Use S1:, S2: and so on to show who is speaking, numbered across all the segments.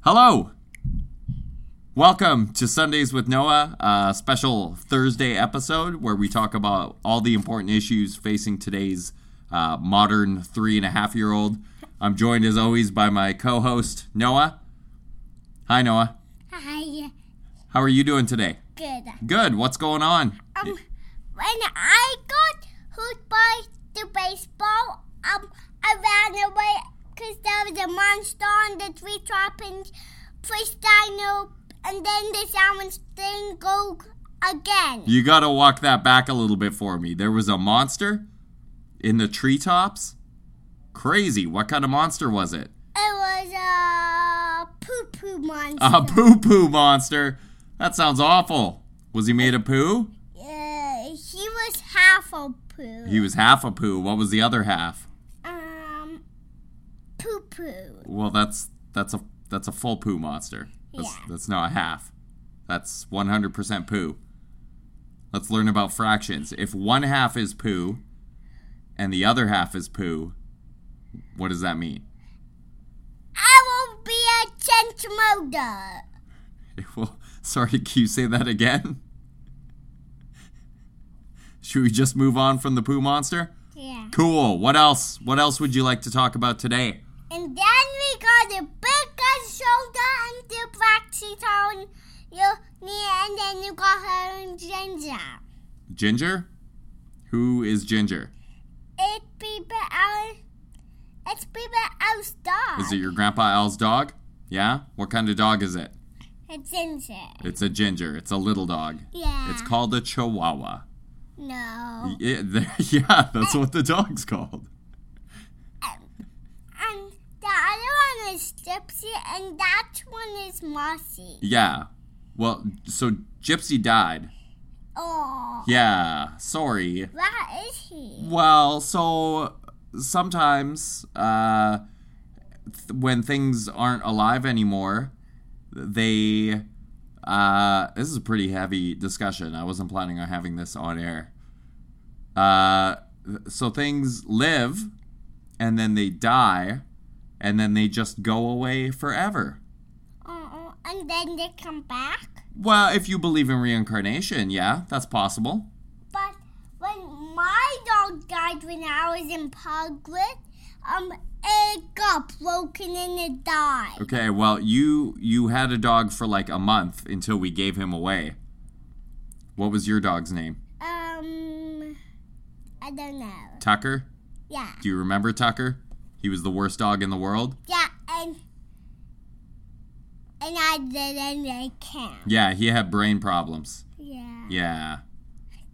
S1: Hello. Welcome to Sundays with Noah, a special Thursday episode where we talk about all the important issues facing today's uh, modern three and a half year old. I'm joined as always by my co host, Noah. Hi, Noah.
S2: Hi,
S1: How are you doing today?
S2: good.
S1: Good. What's going on?
S2: Um, when I got hurt by the baseball, um, I ran away because there was a monster on the treetop and pushed dino, and then the salmon thing go again.
S1: You got to walk that back a little bit for me. There was a monster in the treetops. Crazy. What kind of monster was it?
S2: It was a poo poo monster.
S1: A poo poo monster. That sounds awful. Was he made of poo?
S2: Uh, he was half a poo.
S1: He was half a poo. What was the other half?
S2: um, poo poo.
S1: Well, that's that's a that's a full poo monster. That's
S2: Yeah.
S1: that's not a half. That's 100% poo. Let's learn about fractions. If one half is poo and the other half is poo, what does that mean?
S2: I will be a gentleman.
S1: Well, sorry, can you say that again? Should we just move on from the poo monster?
S2: Yeah.
S1: Cool. What else? What else would you like to talk about today?
S2: And then we got a big guy shoulder and the black sheet on your knee, and then you got her and ginger.
S1: Ginger? Who is Ginger?
S2: It people out. It's people out dog.
S1: Is it your grandpa Al's dog? Yeah? What kind of dog is it?
S2: It's ginger.
S1: It's a ginger. It's a little dog.
S2: Yeah.
S1: It's called a chihuahua.
S2: no.
S1: Yeah, there- yeah, that's what the dog's called.
S2: And the other one is gypsy, and that one is mossy.
S1: Yeah. Well, so Gypsy died.
S2: Oh,
S1: Yeah, sorry.
S2: where is he?
S1: Well, so sometimes uh, th- when things aren't alive anymore, they. Uh, this is a pretty heavy discussion. I wasn't planning on having this on air. Uh, th- so things live, and then they die, and then they just go away forever.
S2: Uh-uh. And then they come back.
S1: Well, if you believe in reincarnation, yeah, that's possible.
S2: But when my dog died when I was in Poglet, um, it got broken and it died.
S1: Okay, well, you you had a dog for like a month until we gave him away. What was your dog's name?
S2: Um, I don't know.
S1: Tucker?
S2: Yeah,
S1: Do you remember Tucker? He was the worst dog in the world.
S2: yeah, and and I didn't like him.
S1: Yeah, he had brain problems.
S2: Yeah.
S1: Yeah.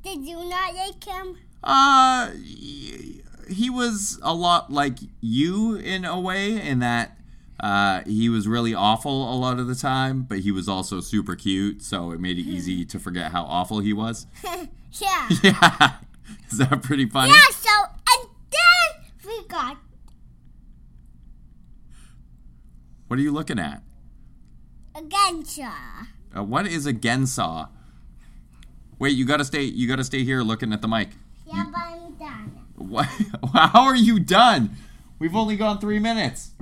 S2: Did you not like him?
S1: Uh y- he was a lot like you in a way in that uh, he was really awful a lot of the time, but he was also super cute, so it made it easy to forget how awful he was.
S2: yeah.
S1: Yeah. Is that pretty funny?
S2: yeah. So and then we got
S1: What are you looking at?
S2: a Gensha.
S1: Uh, what is a gensaw? Wait, you gotta stay. You gotta stay here looking at the mic.
S2: Yeah, but I'm done.
S1: What? How are you done? We've only gone three minutes.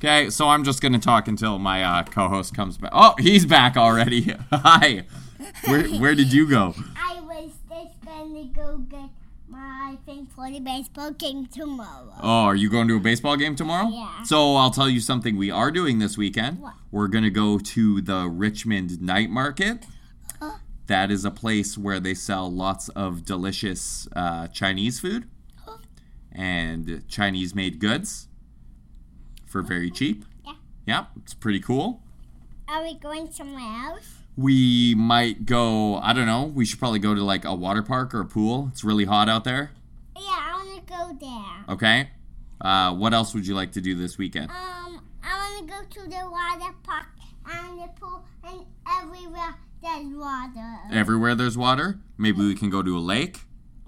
S1: Okay, so I'm just gonna talk until my uh, co-host comes back. Oh, he's back already. Hi. Where Where did you go?
S2: I was just gonna go get my thing for the baseball game tomorrow.
S1: Oh, are you going to a baseball game tomorrow?
S2: Yeah.
S1: So I'll tell you something we are doing this weekend.
S2: What?
S1: We're gonna go to the Richmond Night Market.
S2: Uh-huh.
S1: That is a place where they sell lots of delicious uh, Chinese food. and Chinese made goods for very cheap.
S2: Yeah.
S1: Yeah, it's pretty cool.
S2: Are we going somewhere else?
S1: We might go, I don't know, we should probably go to like a water park or a pool. It's really hot out there.
S2: Yeah, I wanna go there.
S1: Okay. Uh, what else would you like to do this weekend?
S2: Um, I wanna go to the water park and the pool and everywhere there's water.
S1: Everywhere there's water. Maybe we can go to a lake.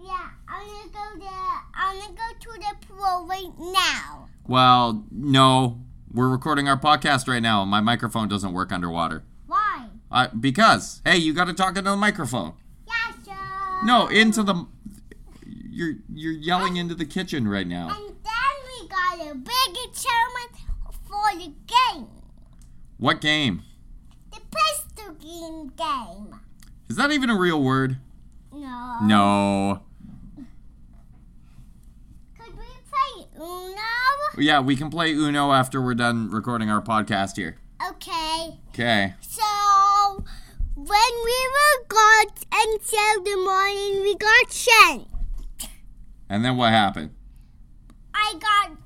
S2: Yeah, I wanna go there. I wanna go to the pool right now.
S1: Well, no, we're recording our podcast right now. and My microphone doesn't work underwater.
S2: Why?
S1: Uh, because, hey, you got to talk into the microphone.
S2: Yeah, sure.
S1: No, into the. You're you're yelling into the kitchen right now.
S2: And then we got a big experiment for the game.
S1: What game?
S2: The pistol game game.
S1: Is that even a real word?
S2: No.
S1: No.
S2: Could we play Uno?
S1: Yeah, we can play Uno after we're done recording our podcast here.
S2: Okay.
S1: Okay.
S2: So when we were gone until the morning, we got sent.
S1: And then what happened?
S2: I got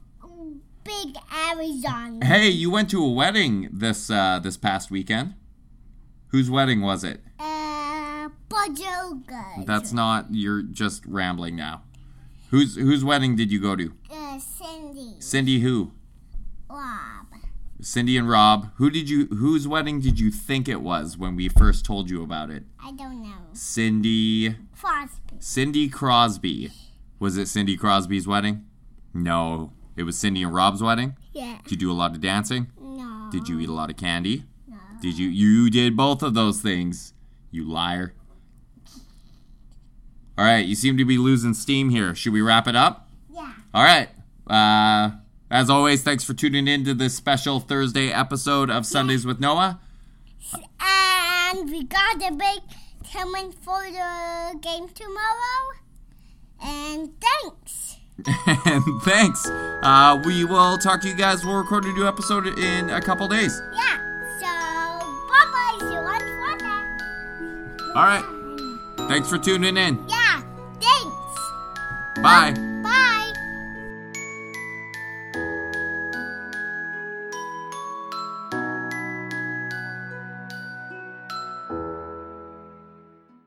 S2: big Arizona.
S1: Hey, you went to a wedding this uh, this past weekend. Whose wedding was it?
S2: Uh, Bajoga.
S1: That's not. You're just rambling now. Whose whose wedding did you go to?
S2: uh, Cindy.
S1: Cindy who?
S2: Rob.
S1: Cindy and Rob. Who did you? Whose wedding did you think it was when we first told you about it?
S2: I don't know.
S1: Cindy.
S2: Crosby.
S1: Cindy Crosby. Was it Cindy Crosby's wedding? No, it was Cindy and Rob's wedding.
S2: Yeah.
S1: Did you do a lot of dancing?
S2: No.
S1: Did you eat a lot of candy?
S2: No.
S1: Did you? You did both of those things. You liar. All right, you seem to be losing steam here. Should we wrap it up?
S2: Yeah.
S1: All right. Uh, as always, thanks for tuning in to this special Thursday episode of Sundays with Noah.
S2: And we got a big coming for the game tomorrow. And thanks.
S1: and thanks. Uh, we will talk to you guys. We'll record a new episode in a couple days.
S2: Yeah. So bye bye. See you on Friday.
S1: All right. Thanks for tuning in.
S2: Yeah. Thanks.
S1: Bye.